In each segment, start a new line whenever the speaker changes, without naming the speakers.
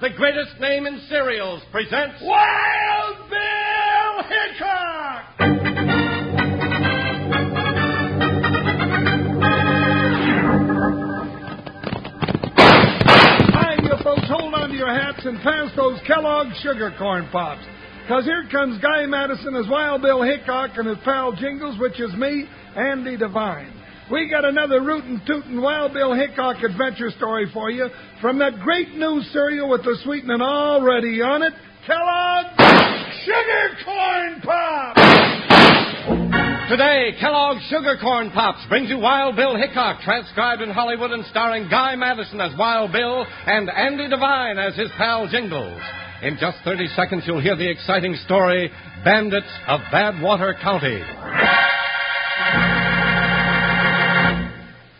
the greatest name in cereals, presents
Wild Bill Hickok! Hi, you folks, hold on to your hats and pass those Kellogg sugar corn pops. Because here comes Guy Madison as Wild Bill Hickok and his pal Jingles, which is me, Andy Devine. We got another rootin' tootin' Wild Bill Hickok adventure story for you from that great new cereal with the sweetening already on it, Kellogg Sugar Corn Pop!
today. Kellogg's Sugar Corn Pops brings you Wild Bill Hickok, transcribed in Hollywood and starring Guy Madison as Wild Bill and Andy Devine as his pal Jingles. In just 30 seconds, you'll hear the exciting story Bandits of Badwater County.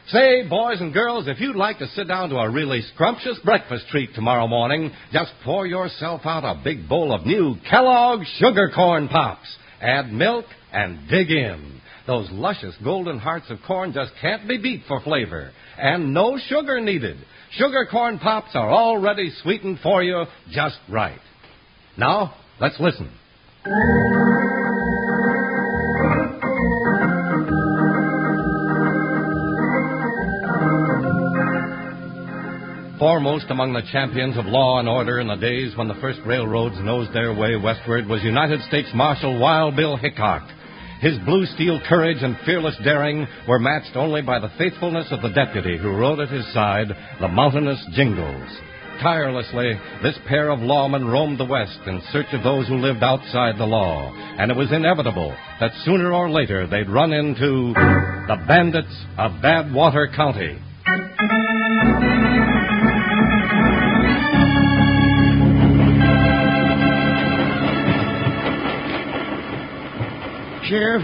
Say, boys and girls, if you'd like to sit down to a really scrumptious breakfast treat tomorrow morning, just pour yourself out a big bowl of new Kellogg's Sugar Corn Pops. Add milk and dig in. Those luscious golden hearts of corn just can't be beat for flavor. And no sugar needed. Sugar corn pops are already sweetened for you just right. Now, let's listen. Foremost among the champions of law and order in the days when the first railroads nosed their way westward was United States Marshal Wild Bill Hickok. His blue steel courage and fearless daring were matched only by the faithfulness of the deputy who rode at his side, the mountainous Jingles. Tirelessly, this pair of lawmen roamed the West in search of those who lived outside the law, and it was inevitable that sooner or later they'd run into the bandits of Badwater County.
Sheriff,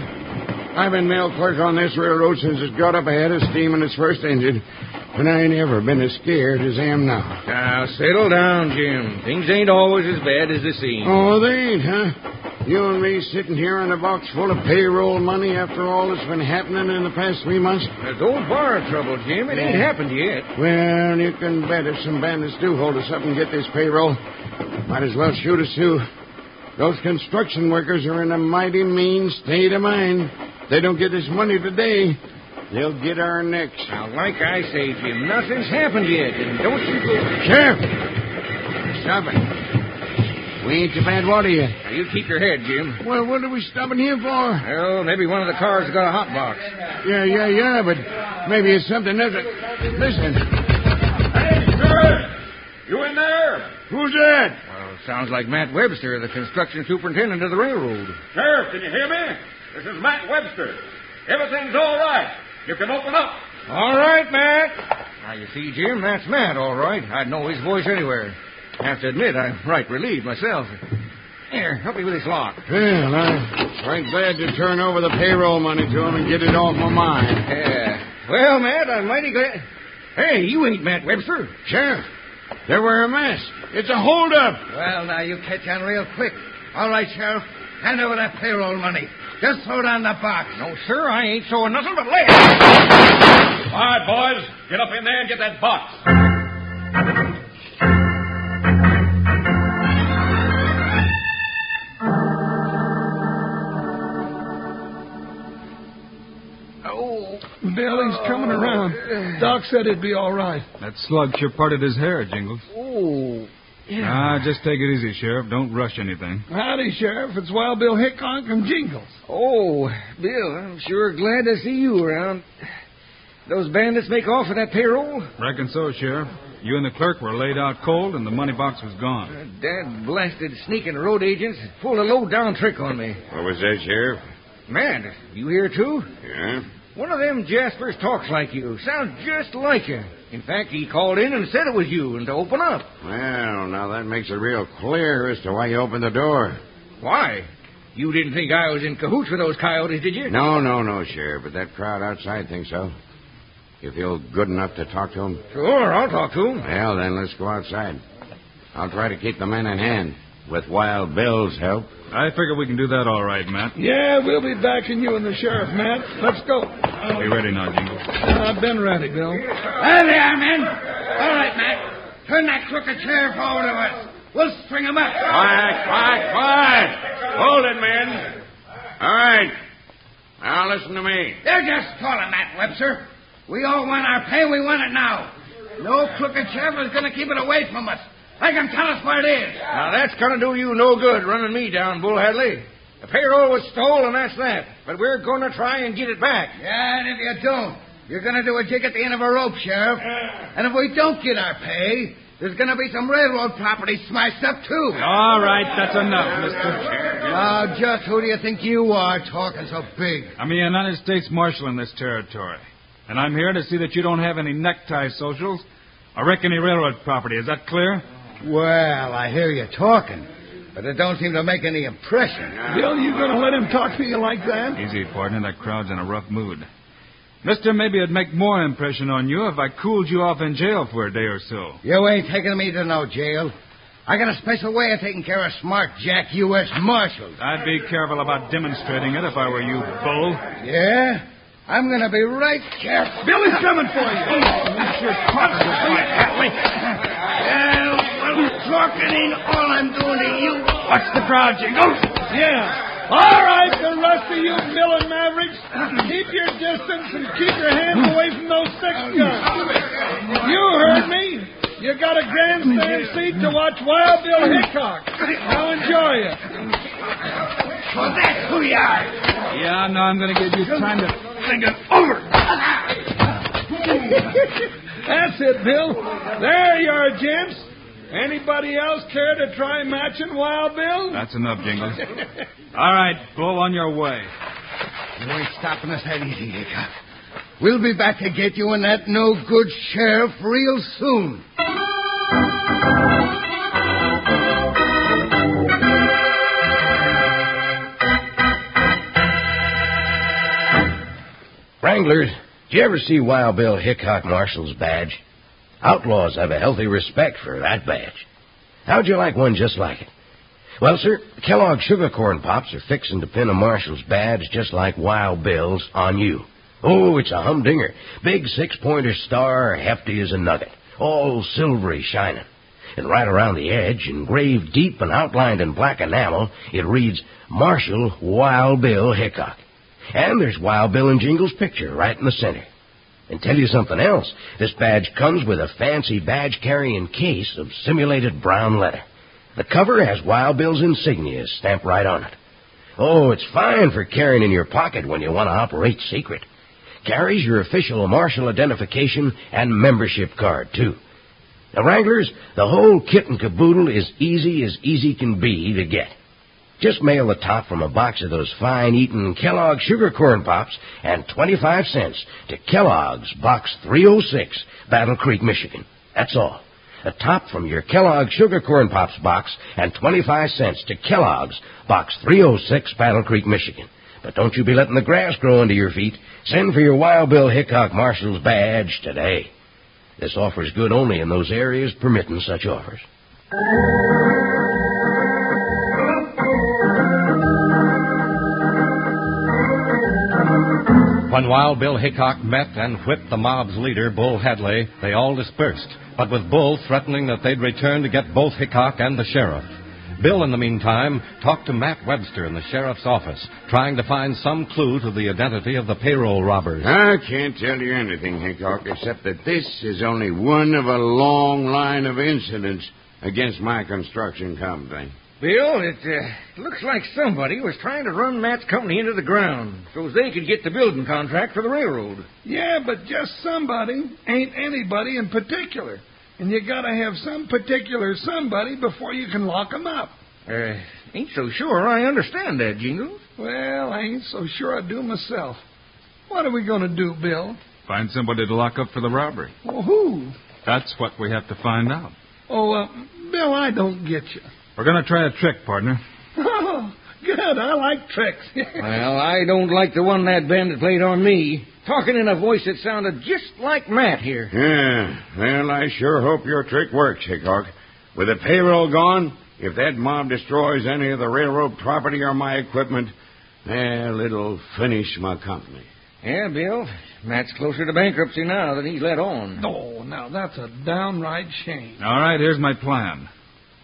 I've been mail clerk on this railroad since it got up ahead of steam in its first engine, and I ain't ever been as scared as I am now.
Now, settle down, Jim. Things ain't always as bad as they seem.
Oh, they ain't, huh? You and me sitting here on a box full of payroll money after all that's been happening in the past three months?
There's old bar trouble, Jim. It ain't happened yet.
Well, you can bet if some bandits do hold us up and get this payroll, might as well shoot us too. Those construction workers are in a mighty mean state of mind. They don't get this money today, they'll get our necks.
Now, like I say, Jim, nothing's happened yet, and don't you go.
Sheriff! Stop it. We ain't to bad water yet.
Now, you keep your head, Jim.
Well, what are we stopping here for?
Well, maybe one of the cars got a hot box.
Yeah, yeah, yeah, but maybe it's something else. Listen.
Hey, George! You in there?
Who's that?
Well, sounds like Matt Webster, the construction superintendent of the railroad.
Sheriff, can you hear me? This is Matt Webster. Everything's all right. You can open up.
All right, Matt. Now, you see, Jim, that's Matt, all right. I'd know his voice anywhere. I have to admit, I'm right relieved myself. Here, help me with this lock.
Well, I'm right glad to turn over the payroll money to him and get it off my mind.
Yeah. Uh, Well, Matt, I'm mighty glad. Hey, you ain't Matt Webster.
Sheriff, they were a mess. It's a holdup.
Well, now you catch on real quick. All right, Sheriff. Hand over that payroll money. Just throw down the box. No, sir, I ain't throwing nothing but lead.
All right, boys. Get up in there and get that box.
Oh.
Bill, he's coming around. Doc said it'd be all right.
That slug sure parted his hair, Jingles.
Oh.
Ah, just take it easy, Sheriff. Don't rush anything.
Howdy, Sheriff. It's Wild Bill Hickok and Jingles.
Oh, Bill, I'm sure glad to see you around. Those bandits make off with that payroll?
Reckon so, Sheriff. You and the clerk were laid out cold, and the money box was gone.
Dad Uh, blasted sneaking road agents pulled a low down trick on me.
What was that, Sheriff?
Matt, you here too?
Yeah?
One of them Jaspers talks like you. Sounds just like you. In fact, he called in and said it was you and to open up.
Well, now that makes it real clear as to why you opened the door.
Why? You didn't think I was in cahoots with those coyotes, did you?
No, no, no, Sheriff, but that crowd outside thinks so. You feel good enough to talk to 'em?
Sure, I'll talk to him.
Well, then, let's go outside. I'll try to keep the men in hand with Wild Bill's help.
I figure we can do that all right, Matt.
Yeah, we'll be backing you and the sheriff, Matt. Let's go.
Be ready now, Jingles.
I've been ready, Bill.
Oh, there, men. All right, Matt.
Turn that crooked chair forward of us. We'll string him up.
Quiet, quiet, quiet. Hold it, men. All right. Now listen to me.
They're just calling that, Webster. We all want our pay. We want it now. No crooked sheriff is going to keep it away from us. I can tell us where it is.
Now, that's going to do you no good running me down, Bull Hadley. The payroll was stolen, that's that. But we're going to try and get it back.
Yeah, and if you don't, you're going to do a jig at the end of a rope, Sheriff. And if we don't get our pay, there's going to be some railroad property smashed up, too.
All right, that's enough, mister.
Now, just who do you think you are talking so big?
I'm a United States Marshal in this territory, and I'm here to see that you don't have any necktie socials or wreck any railroad property. Is that clear?
Well, I hear you talking, but it don't seem to make any impression.
Bill, you going to let him talk to you like that?
Easy, partner. That crowd's in a rough mood. Mister, maybe it'd make more impression on you if I cooled you off in jail for a day or so.
You ain't taking me to no jail. I got a special way of taking care of smart Jack U.S. Marshals.
I'd be careful about demonstrating it if I were you, Bull.
Yeah? I'm going to be right careful. Oh, Billy's coming for you. Well, well, talking ain't all I'm doing to you. Watch the Oh, crowd, Jingles.
Yeah. All right, the rest of you Bill and Mavericks, keep your distance and keep your hands away from those six guns. You heard me. You got a grandstand seat to watch Wild Bill Hickok. Now enjoy it.
Well, that's who you are.
Yeah, no, I'm going to give you time to
Think it over.
That's it, Bill. There you are, gents. Anybody else care to try matching Wild Bill?
That's enough, Jingles. All right, Bull, on your way.
You ain't stopping us that easy, Hickok. We'll be back to get you and that no good sheriff real soon.
Wranglers, did you ever see Wild Bill Hickok Marshal's badge? Outlaws have a healthy respect for that badge. How'd you like one just like it? Well, sir, Kellogg Sugar Corn Pops are fixing to pin a Marshal's badge just like Wild Bill's on you. Oh, it's a humdinger. Big six-pointer star, hefty as a nugget. All silvery shining. And right around the edge, engraved deep and outlined in black enamel, it reads, Marshal Wild Bill Hickok. And there's Wild Bill and Jingle's picture right in the center. And tell you something else. This badge comes with a fancy badge carrying case of simulated brown leather. The cover has Wild Bill's insignia stamped right on it. Oh, it's fine for carrying in your pocket when you want to operate secret. Carries your official marshal identification and membership card, too. Now, Wranglers, the whole kit and caboodle is easy as easy can be to get. Just mail the top from a box of those fine eating Kellogg sugar corn pops and 25 cents to Kellogg's Box 306, Battle Creek, Michigan. That's all. A top from your Kellogg sugar corn pops box and 25 cents to Kellogg's Box 306, Battle Creek, Michigan. But don't you be letting the grass grow under your feet. Send for your Wild Bill Hickok Marshal's badge today. This offer's good only in those areas permitting such offers.
When Wild Bill Hickok met and whipped the mob's leader, Bull Hadley, they all dispersed, but with Bull threatening that they'd return to get both Hickok and the sheriff. Bill, in the meantime, talked to Matt Webster in the sheriff's office, trying to find some clue to the identity of the payroll robbers.
I can't tell you anything, Hickok, except that this is only one of a long line of incidents against my construction company.
Bill, it uh, looks like somebody was trying to run Matt's company into the ground so they could get the building contract for the railroad.
Yeah, but just somebody ain't anybody in particular. And you gotta have some particular somebody before you can lock 'em up.
Uh, ain't so sure I understand that, Jingles.
Well, I ain't so sure I do myself. What are we gonna do, Bill?
Find somebody to lock up for the robbery.
Well, who?
That's what we have to find out.
Oh, uh, Bill, I don't get you.
We're going to try a trick, partner.
Oh, good. I like tricks.
Well, I don't like the one that bandit played on me, talking in a voice that sounded just like Matt here.
Yeah, well, I sure hope your trick works, Hickok. With the payroll gone, if that mob destroys any of the railroad property or eh, my equipment, well, it'll finish my company.
Yeah, Bill. Matt's closer to bankruptcy now than he's let on.
Oh, now that's a downright shame.
All right, here's my plan.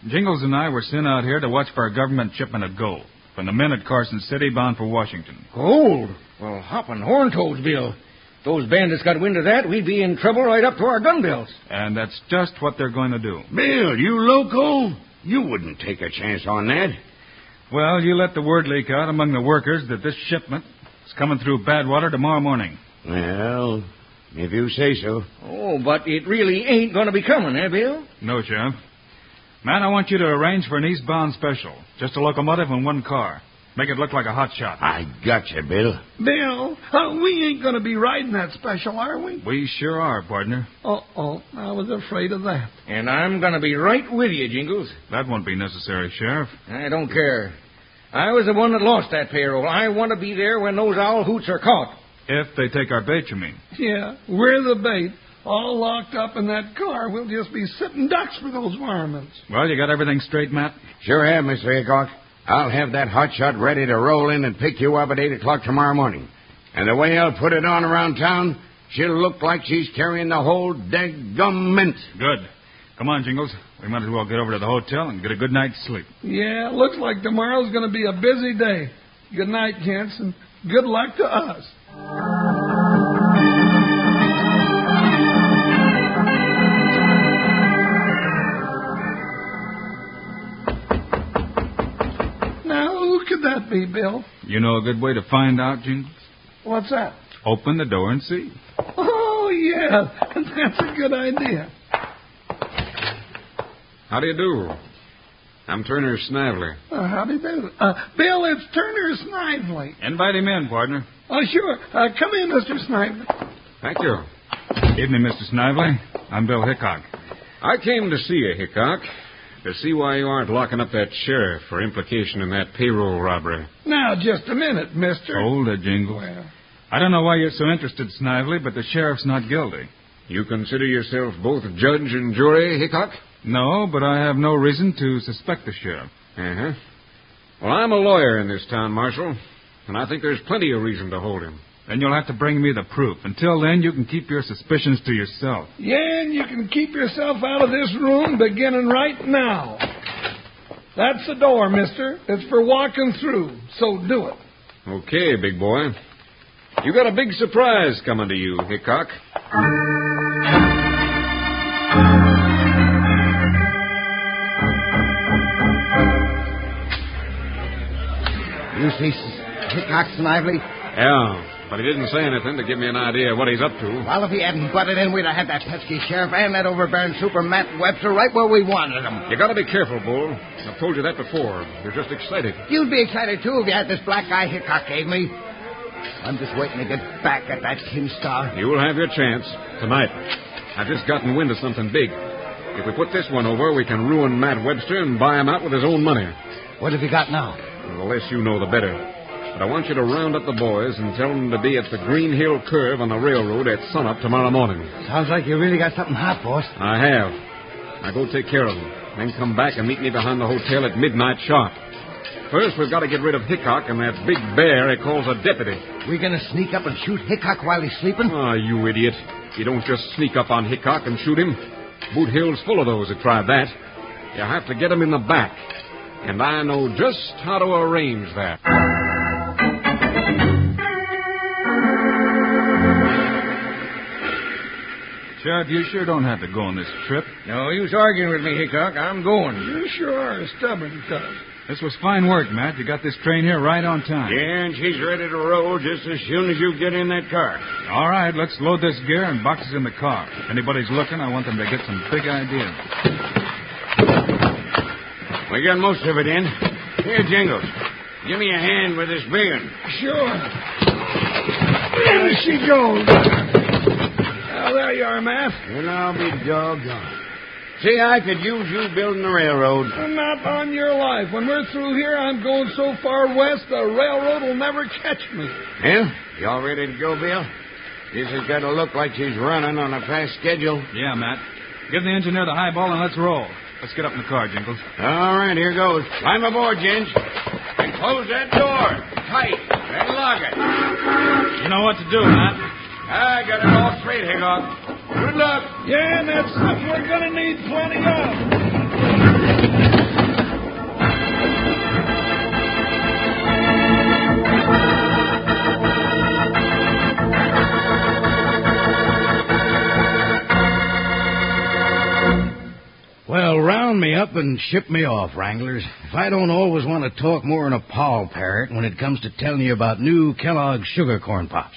Jingles and I were sent out here to watch for a government shipment of gold from the men at Carson City bound for Washington.
Gold? Well, hoppin' horn toads, Bill. If those bandits got wind of that, we'd be in trouble right up to our gun belts.
And that's just what they're going to do.
Bill, you loco? You wouldn't take a chance on that.
Well, you let the word leak out among the workers that this shipment is coming through Badwater tomorrow morning.
Well, if you say so.
Oh, but it really ain't going to be coming, eh, Bill?
No, Sheriff. Matt, I want you to arrange for an eastbound special. Just a locomotive and one car. Make it look like a hot shot.
I gotcha, Bill.
Bill, uh, we ain't going to be riding that special, are we?
We sure are, partner.
Uh-oh, I was afraid of that.
And I'm going to be right with you, Jingles.
That won't be necessary, Sheriff.
I don't care. I was the one that lost that payroll. I want to be there when those owl hoots are caught.
If they take our bait, you mean.
Yeah, we're the bait. All locked up in that car, we'll just be sitting ducks for those varmints.
Well, you got everything straight, Matt?
Sure have, Mr. Hickok. I'll have that hotshot ready to roll in and pick you up at 8 o'clock tomorrow morning. And the way I'll put it on around town, she'll look like she's carrying the whole daggum
Good. Come on, Jingles. We might as well get over to the hotel and get a good night's sleep.
Yeah, looks like tomorrow's going to be a busy day. Good night, gents, and good luck to us. Now, who could that be, Bill?
You know a good way to find out, Jingles?
What's that?
Open the door and see.
Oh, yeah, that's a good idea.
How do you do? I'm Turner Snively.
Uh, howdy do. Uh, Bill, it's Turner Snively.
Invite him in, partner.
Oh, sure. Uh, come in, Mr. Snively.
Thank you.
Evening, Mr. Snively. I'm Bill Hickok.
I came to see you, Hickok, to see why you aren't locking up that sheriff for implication in that payroll robbery.
Now, just a minute, mister.
Hold it, Jingles.
Well,
I don't know why you're so interested, Snively, but the sheriff's not guilty.
You consider yourself both judge and jury, Hickok?
No, but I have no reason to suspect the sheriff.
Uh huh. Well, I'm a lawyer in this town, Marshal, and I think there's plenty of reason to hold him.
Then you'll have to bring me the proof. Until then, you can keep your suspicions to yourself.
yeah, and you can keep yourself out of this room beginning right now. That's the door, mister. It's for walking through, so do it.
Okay, big boy. You got a big surprise coming to you, Hickok.
You see, Hickok Snively?
Yeah, but he didn't say anything to give me an idea of what he's up to.
Well, if he hadn't butted in, we'd have had that pesky sheriff and that overbearing super Matt Webster right where we wanted him.
You gotta be careful, Bull. I've told you that before. You're just excited.
You'd be excited, too, if you had this black eye Hickok gave me. I'm just waiting to get back at that tin star.
You will have your chance tonight. I've just gotten wind of something big. If we put this one over, we can ruin Matt Webster and buy him out with his own money.
What have you got now?
Well, the less you know, the better. But I want you to round up the boys and tell them to be at the Green Hill Curve on the railroad at sunup tomorrow morning.
Sounds like you really got something hot, boss.
I have. Now go take care of them. Then come back and meet me behind the hotel at midnight sharp. First, we've got to get rid of Hickok and that big bear he calls a deputy.
We're going to sneak up and shoot Hickok while he's sleeping?
Ah, you idiot. You don't just sneak up on Hickok and shoot him. Boot Hill's full of those who tried that. You have to get him in the back. And I know just how to arrange that.
Sheriff, you sure don't have to go on this trip.
No use arguing with me, Hickok. I'm going.
You sure are a stubborn cub.
This was fine work, Matt. You got this train here right on time.
Yeah, and she's ready to roll just as soon as you get in that car.
All right, let's load this gear and boxes in the car. If anybody's looking, I want them to get some big ideas.
We got most of it in. Here, Jingles. Give me a hand with this beard.
Sure. There she goes. Now, there you are, Matt.
And I'll be doggone. See, I could use you building the railroad.
Not on your life. When we're through here, I'm going so far west, the railroad will never catch me.
Yeah? You all ready to go, Bill? This has got to look like she's running on a fast schedule.
Yeah, Matt. Give the engineer the highball and let's roll. Let's get up in the car, Jingles.
All right, here goes. Climb aboard, gents. And close that door tight.
Then log it.
You know what to do, Matt.
I got it all straight, Hickok. Good luck.
Yeah, and that's something we're going to need plenty of.
Well, round me up and ship me off, Wranglers. If I don't always want to talk more than a poll parrot when it comes to telling you about new Kellogg's Sugar Corn Pops.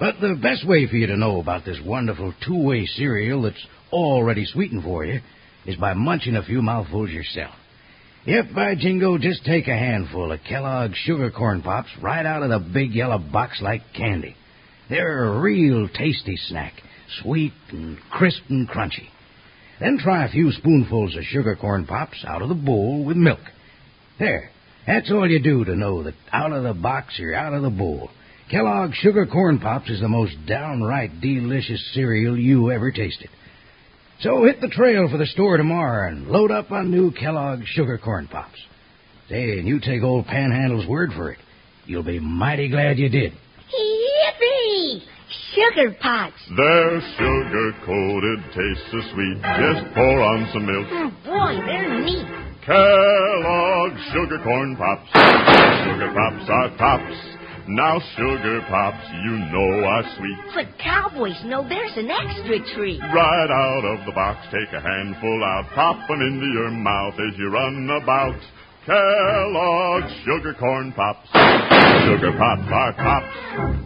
But the best way for you to know about this wonderful two-way cereal that's already sweetened for you is by munching a few mouthfuls yourself. Yep, by jingo, just take a handful of Kellogg's Sugar Corn Pops right out of the big yellow box like candy. They're a real tasty snack, sweet and crisp and crunchy. Then try a few spoonfuls of sugar corn pops out of the bowl with milk. There. That's all you do to know that out of the box or out of the bowl. Kellogg's Sugar Corn Pops is the most downright delicious cereal you ever tasted. So hit the trail for the store tomorrow and load up on new Kellogg's Sugar Corn Pops. Say, and you take old Panhandle's word for it. You'll be mighty glad you did.
Yippee! Sugar pots.
Their sugar coated tastes so sweet. Just pour on some milk.
Oh, boy, they're neat.
Kellogg's sugar corn pops. Sugar pops are tops. Now sugar pops, you know are sweet.
But cowboys know there's an extra treat.
Right out of the box, take a handful out, pop 'em into your mouth as you run about. Kellogg's sugar corn pops. Sugar pops are tops.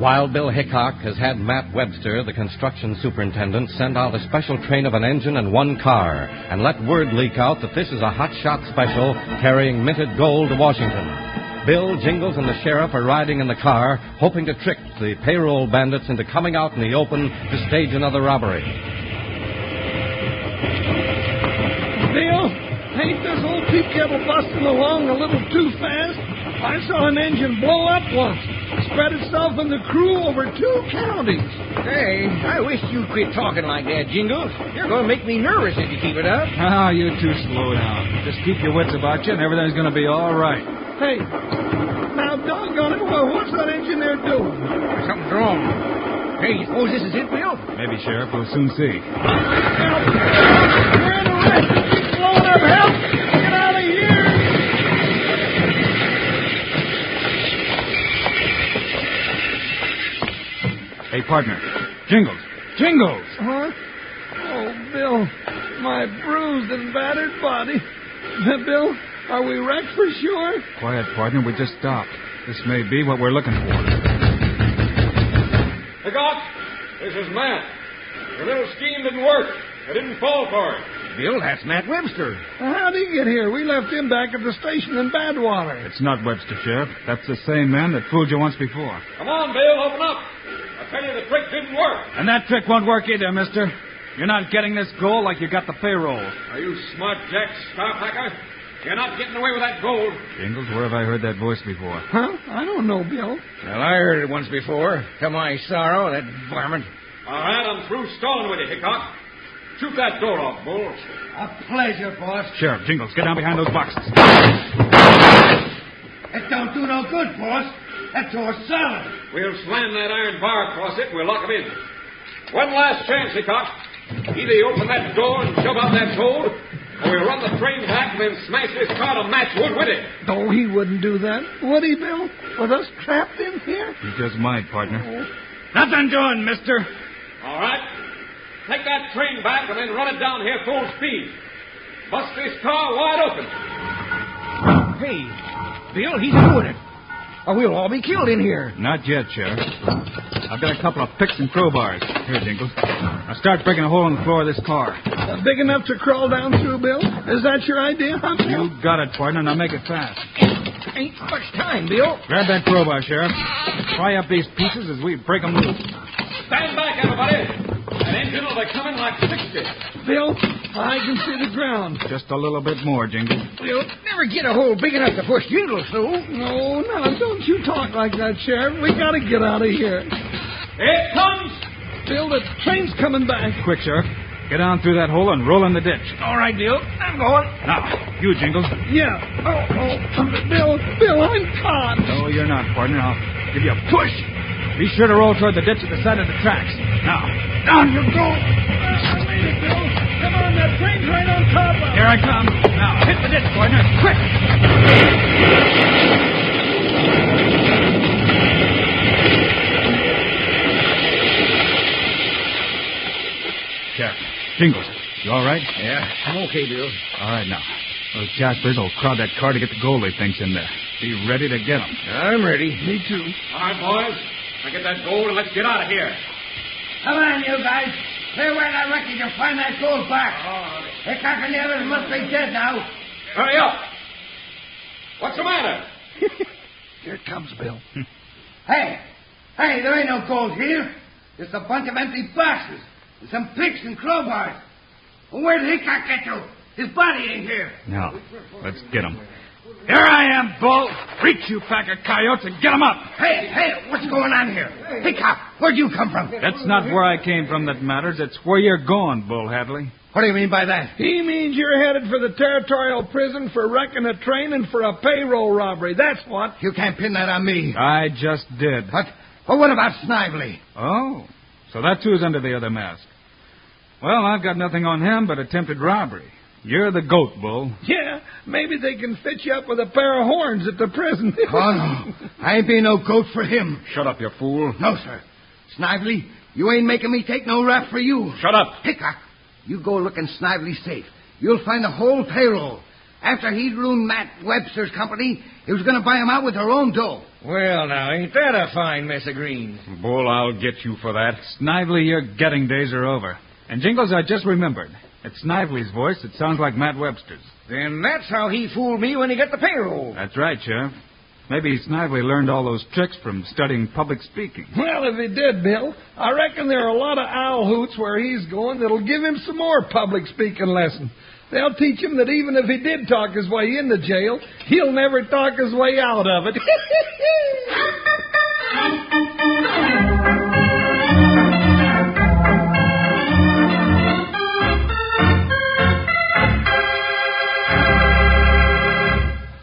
Wild Bill Hickok has had Matt Webster, the construction superintendent, send out a special train of an engine and one car, and let word leak out that this is a hot shot special carrying minted gold to Washington. Bill, Jingles, and the sheriff are riding in the car, hoping to trick the payroll bandits into coming out in the open to stage another robbery.
Bill, ain't this old peak kettle busting along a little too fast? I saw an engine blow up once, spread itself in the crew over two counties.
Hey, I wish you'd quit talking like that, Jingles. You're going to make me nervous if you keep it up.
Ah, you two slow down. Just keep your wits about you, and everything's going to be all right.
Hey, now doggone it, well, what's that engineer doing?
Something's wrong. Hey, you suppose this is it, Bill?
Maybe, Sheriff, we'll soon see.
We're in a wreck. It's blowing up. Help! Get out of here!
Hey, partner. Jingles. Jingles!
Huh? Oh, Bill, my bruised and battered body. Bill, are we wrecked for sure?
Quiet, partner. We just stopped. This may be what we're looking for.
Hickok, this is Matt. Your little scheme didn't work. I didn't fall for it.
Bill, that's Matt Webster.
How'd he get here? We left him back at the station in Badwater.
It's not Webster, Sheriff. That's the same man that fooled you once before.
Come on, Bill, open up. I tell you, the trick didn't work.
And that trick won't work either, mister. You're not getting this gold like you got the payroll.
Are you smart, Jack Starpacker? You're not getting away with that gold.
Jingles, where have I heard that voice before?
Huh? I don't know, Bill.
Well, I heard it once before. To my sorrow, that varmint.
All right, I'm through stalling with you, Hickok. Shoot that door off, Bull.
A pleasure, boss.
Sheriff, Jingles, get down behind those boxes.
It don't do no good, boss. That door's solid.
We'll slam that iron bar across it and we'll lock him in. One last chance, Hickok. Either you open that door and shove out that gold, or we'll run the train back and then smash this car to matchwood with it.
No, he wouldn't do that. Would he, Bill? With us trapped in here?
You just might, partner.
Nothing doing, mister.
All right. Take that train back and then run it down here full speed. Bust this car wide open.
Hey, Bill, he's doing it. Or we'll all be killed in here.
Not yet, Sheriff. I've got a couple of picks and crowbars. Here, Jingles. Now start breaking a hole in the floor of this car.
Uh, big enough to crawl down through, Bill? Is that your idea, huh, Bill?
You got it, partner. Now make it fast.
Ain't much time, Bill.
Grab that crowbar, Sheriff. Pry up these pieces as we break 'em loose.
Stand back, everybody. That engine will be coming like 60.
Bill, I can see the ground.
Just a little bit more, Jingles.
We'll never get a hole big enough to push Jingles through.
No, no, don't you talk like that, Sheriff. We gotta get out of here.
It comes!
Bill, the train's coming back.
Quick, Sheriff. Get down through that hole and roll in the ditch.
All right, Bill. I'm going.
Now, you, Jingles.
Yeah. Oh, oh, Bill, Bill, I'm caught.
Uh,
No, you're not, partner. I'll give you a push. Be sure to roll toward the ditch at the side of the tracks. Now, down you go.
I made it, Bill. Come on, that train's right on top of
Here I come. Now, hit the ditch, partner. Quick. Jack, Jingles, you all right?
Yeah, I'm okay, Bill.
All right, now. Those Jaspers will crowd that car to get the gold they think's in there. Be ready to get 'em.
I'm ready.
Me too.
All right, boys. Now get that gold and let's get out of here.
Come on, you guys. Clear away that wreckage and find that gold back. Hickok and the others must be dead now.
Hurry up. What's the matter?
Here it comes, Bill.
Hey, hey, there ain't no gold here. Just a bunch of empty boxes and some picks and crowbars. Well, where did Hickok get to? His body ain't here.
Now, let's get 'em.
Here I am, Bull.
Reach, you pack of coyotes, and get 'em up.
Hey, hey, what's going on here? Hickok, where'd you come from?
That's not where I came from that matters. It's where you're going, Bull Hadley.
What do you mean by that?
He means you're headed for the territorial prison for wrecking a train and for a payroll robbery. That's what.
You can't pin that on me.
I just did.
But, but what about Snively?
Oh, so that's who's under the other mask. Well, I've got nothing on him but attempted robbery. You're the goat, Bull.
Yeah, maybe they can fit you up with a pair of horns at the prison.
Oh, no. I ain't be no goat for him.
Shut up, you fool.
No, sir. Snively, you ain't making me take no rap for you.
Shut up.
Hickok, you go look in Snively's safe. You'll find the whole payroll. After he'd ruined Matt Webster's company, he was going to buy him out with their own dough.
Well, now, ain't that a fine mess of greens?
Bull, I'll get you for that. Snively, your getting days are over. And Jingles, I just remembered. It's Snively's voice. It sounds like Matt Webster's.
Then that's how he fooled me when he got the payroll.
That's right, Sheriff. Maybe Snively learned all those tricks from studying public speaking.
Well, if he did, Bill, I reckon there are a lot of owl hoots where he's going that'll give him some more public speaking lesson. They'll teach him that even if he did talk his way into jail, he'll never talk his way out of it.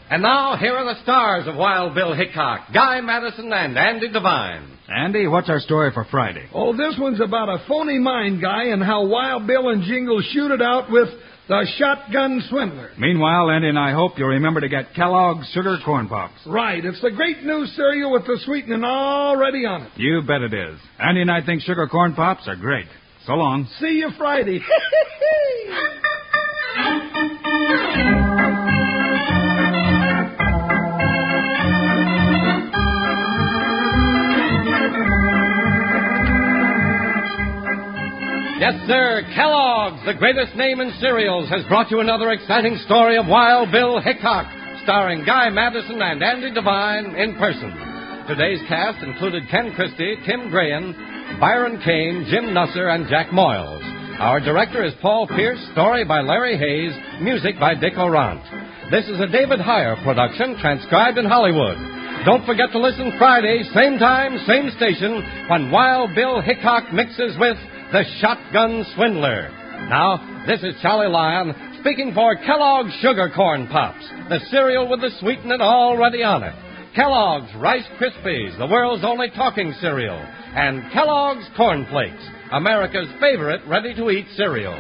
And now, here are the stars of Wild Bill Hickok, Guy Madison, and Andy Devine.
Andy, what's our story for Friday?
oh, this one's about a phony mine guy and how Wild Bill and Jingle shoot it out with the shotgun swindler.
Meanwhile, Andy and I hope you'll remember to get Kellogg's Sugar Corn Pops.
Right, it's the great new cereal with the sweetening already on it.
You bet it is. Andy and I think Sugar Corn Pops are great. So long.
See you Friday.
Yes, sir, Kellogg's, the greatest name in cereals, has brought you another exciting story of Wild Bill Hickok, starring Guy Madison and Andy Devine in person. Today's cast included Ken Christie, Tim Graham, Byron Kane, Jim Nusser, and Jack Moyles. Our director is Paul Pierce, story by Larry Hayes, music by Dick Orant. This is a David Heyer production, transcribed in Hollywood. Don't forget to listen Friday, same time, same station, when Wild Bill Hickok mixes with The Shotgun Swindler. Now, this is Charlie Lyon speaking for Kellogg's Sugar Corn Pops, the cereal with the sweetening already on it. Kellogg's Rice Krispies, the world's only talking cereal, and Kellogg's Corn Flakes, America's favorite ready to eat cereal.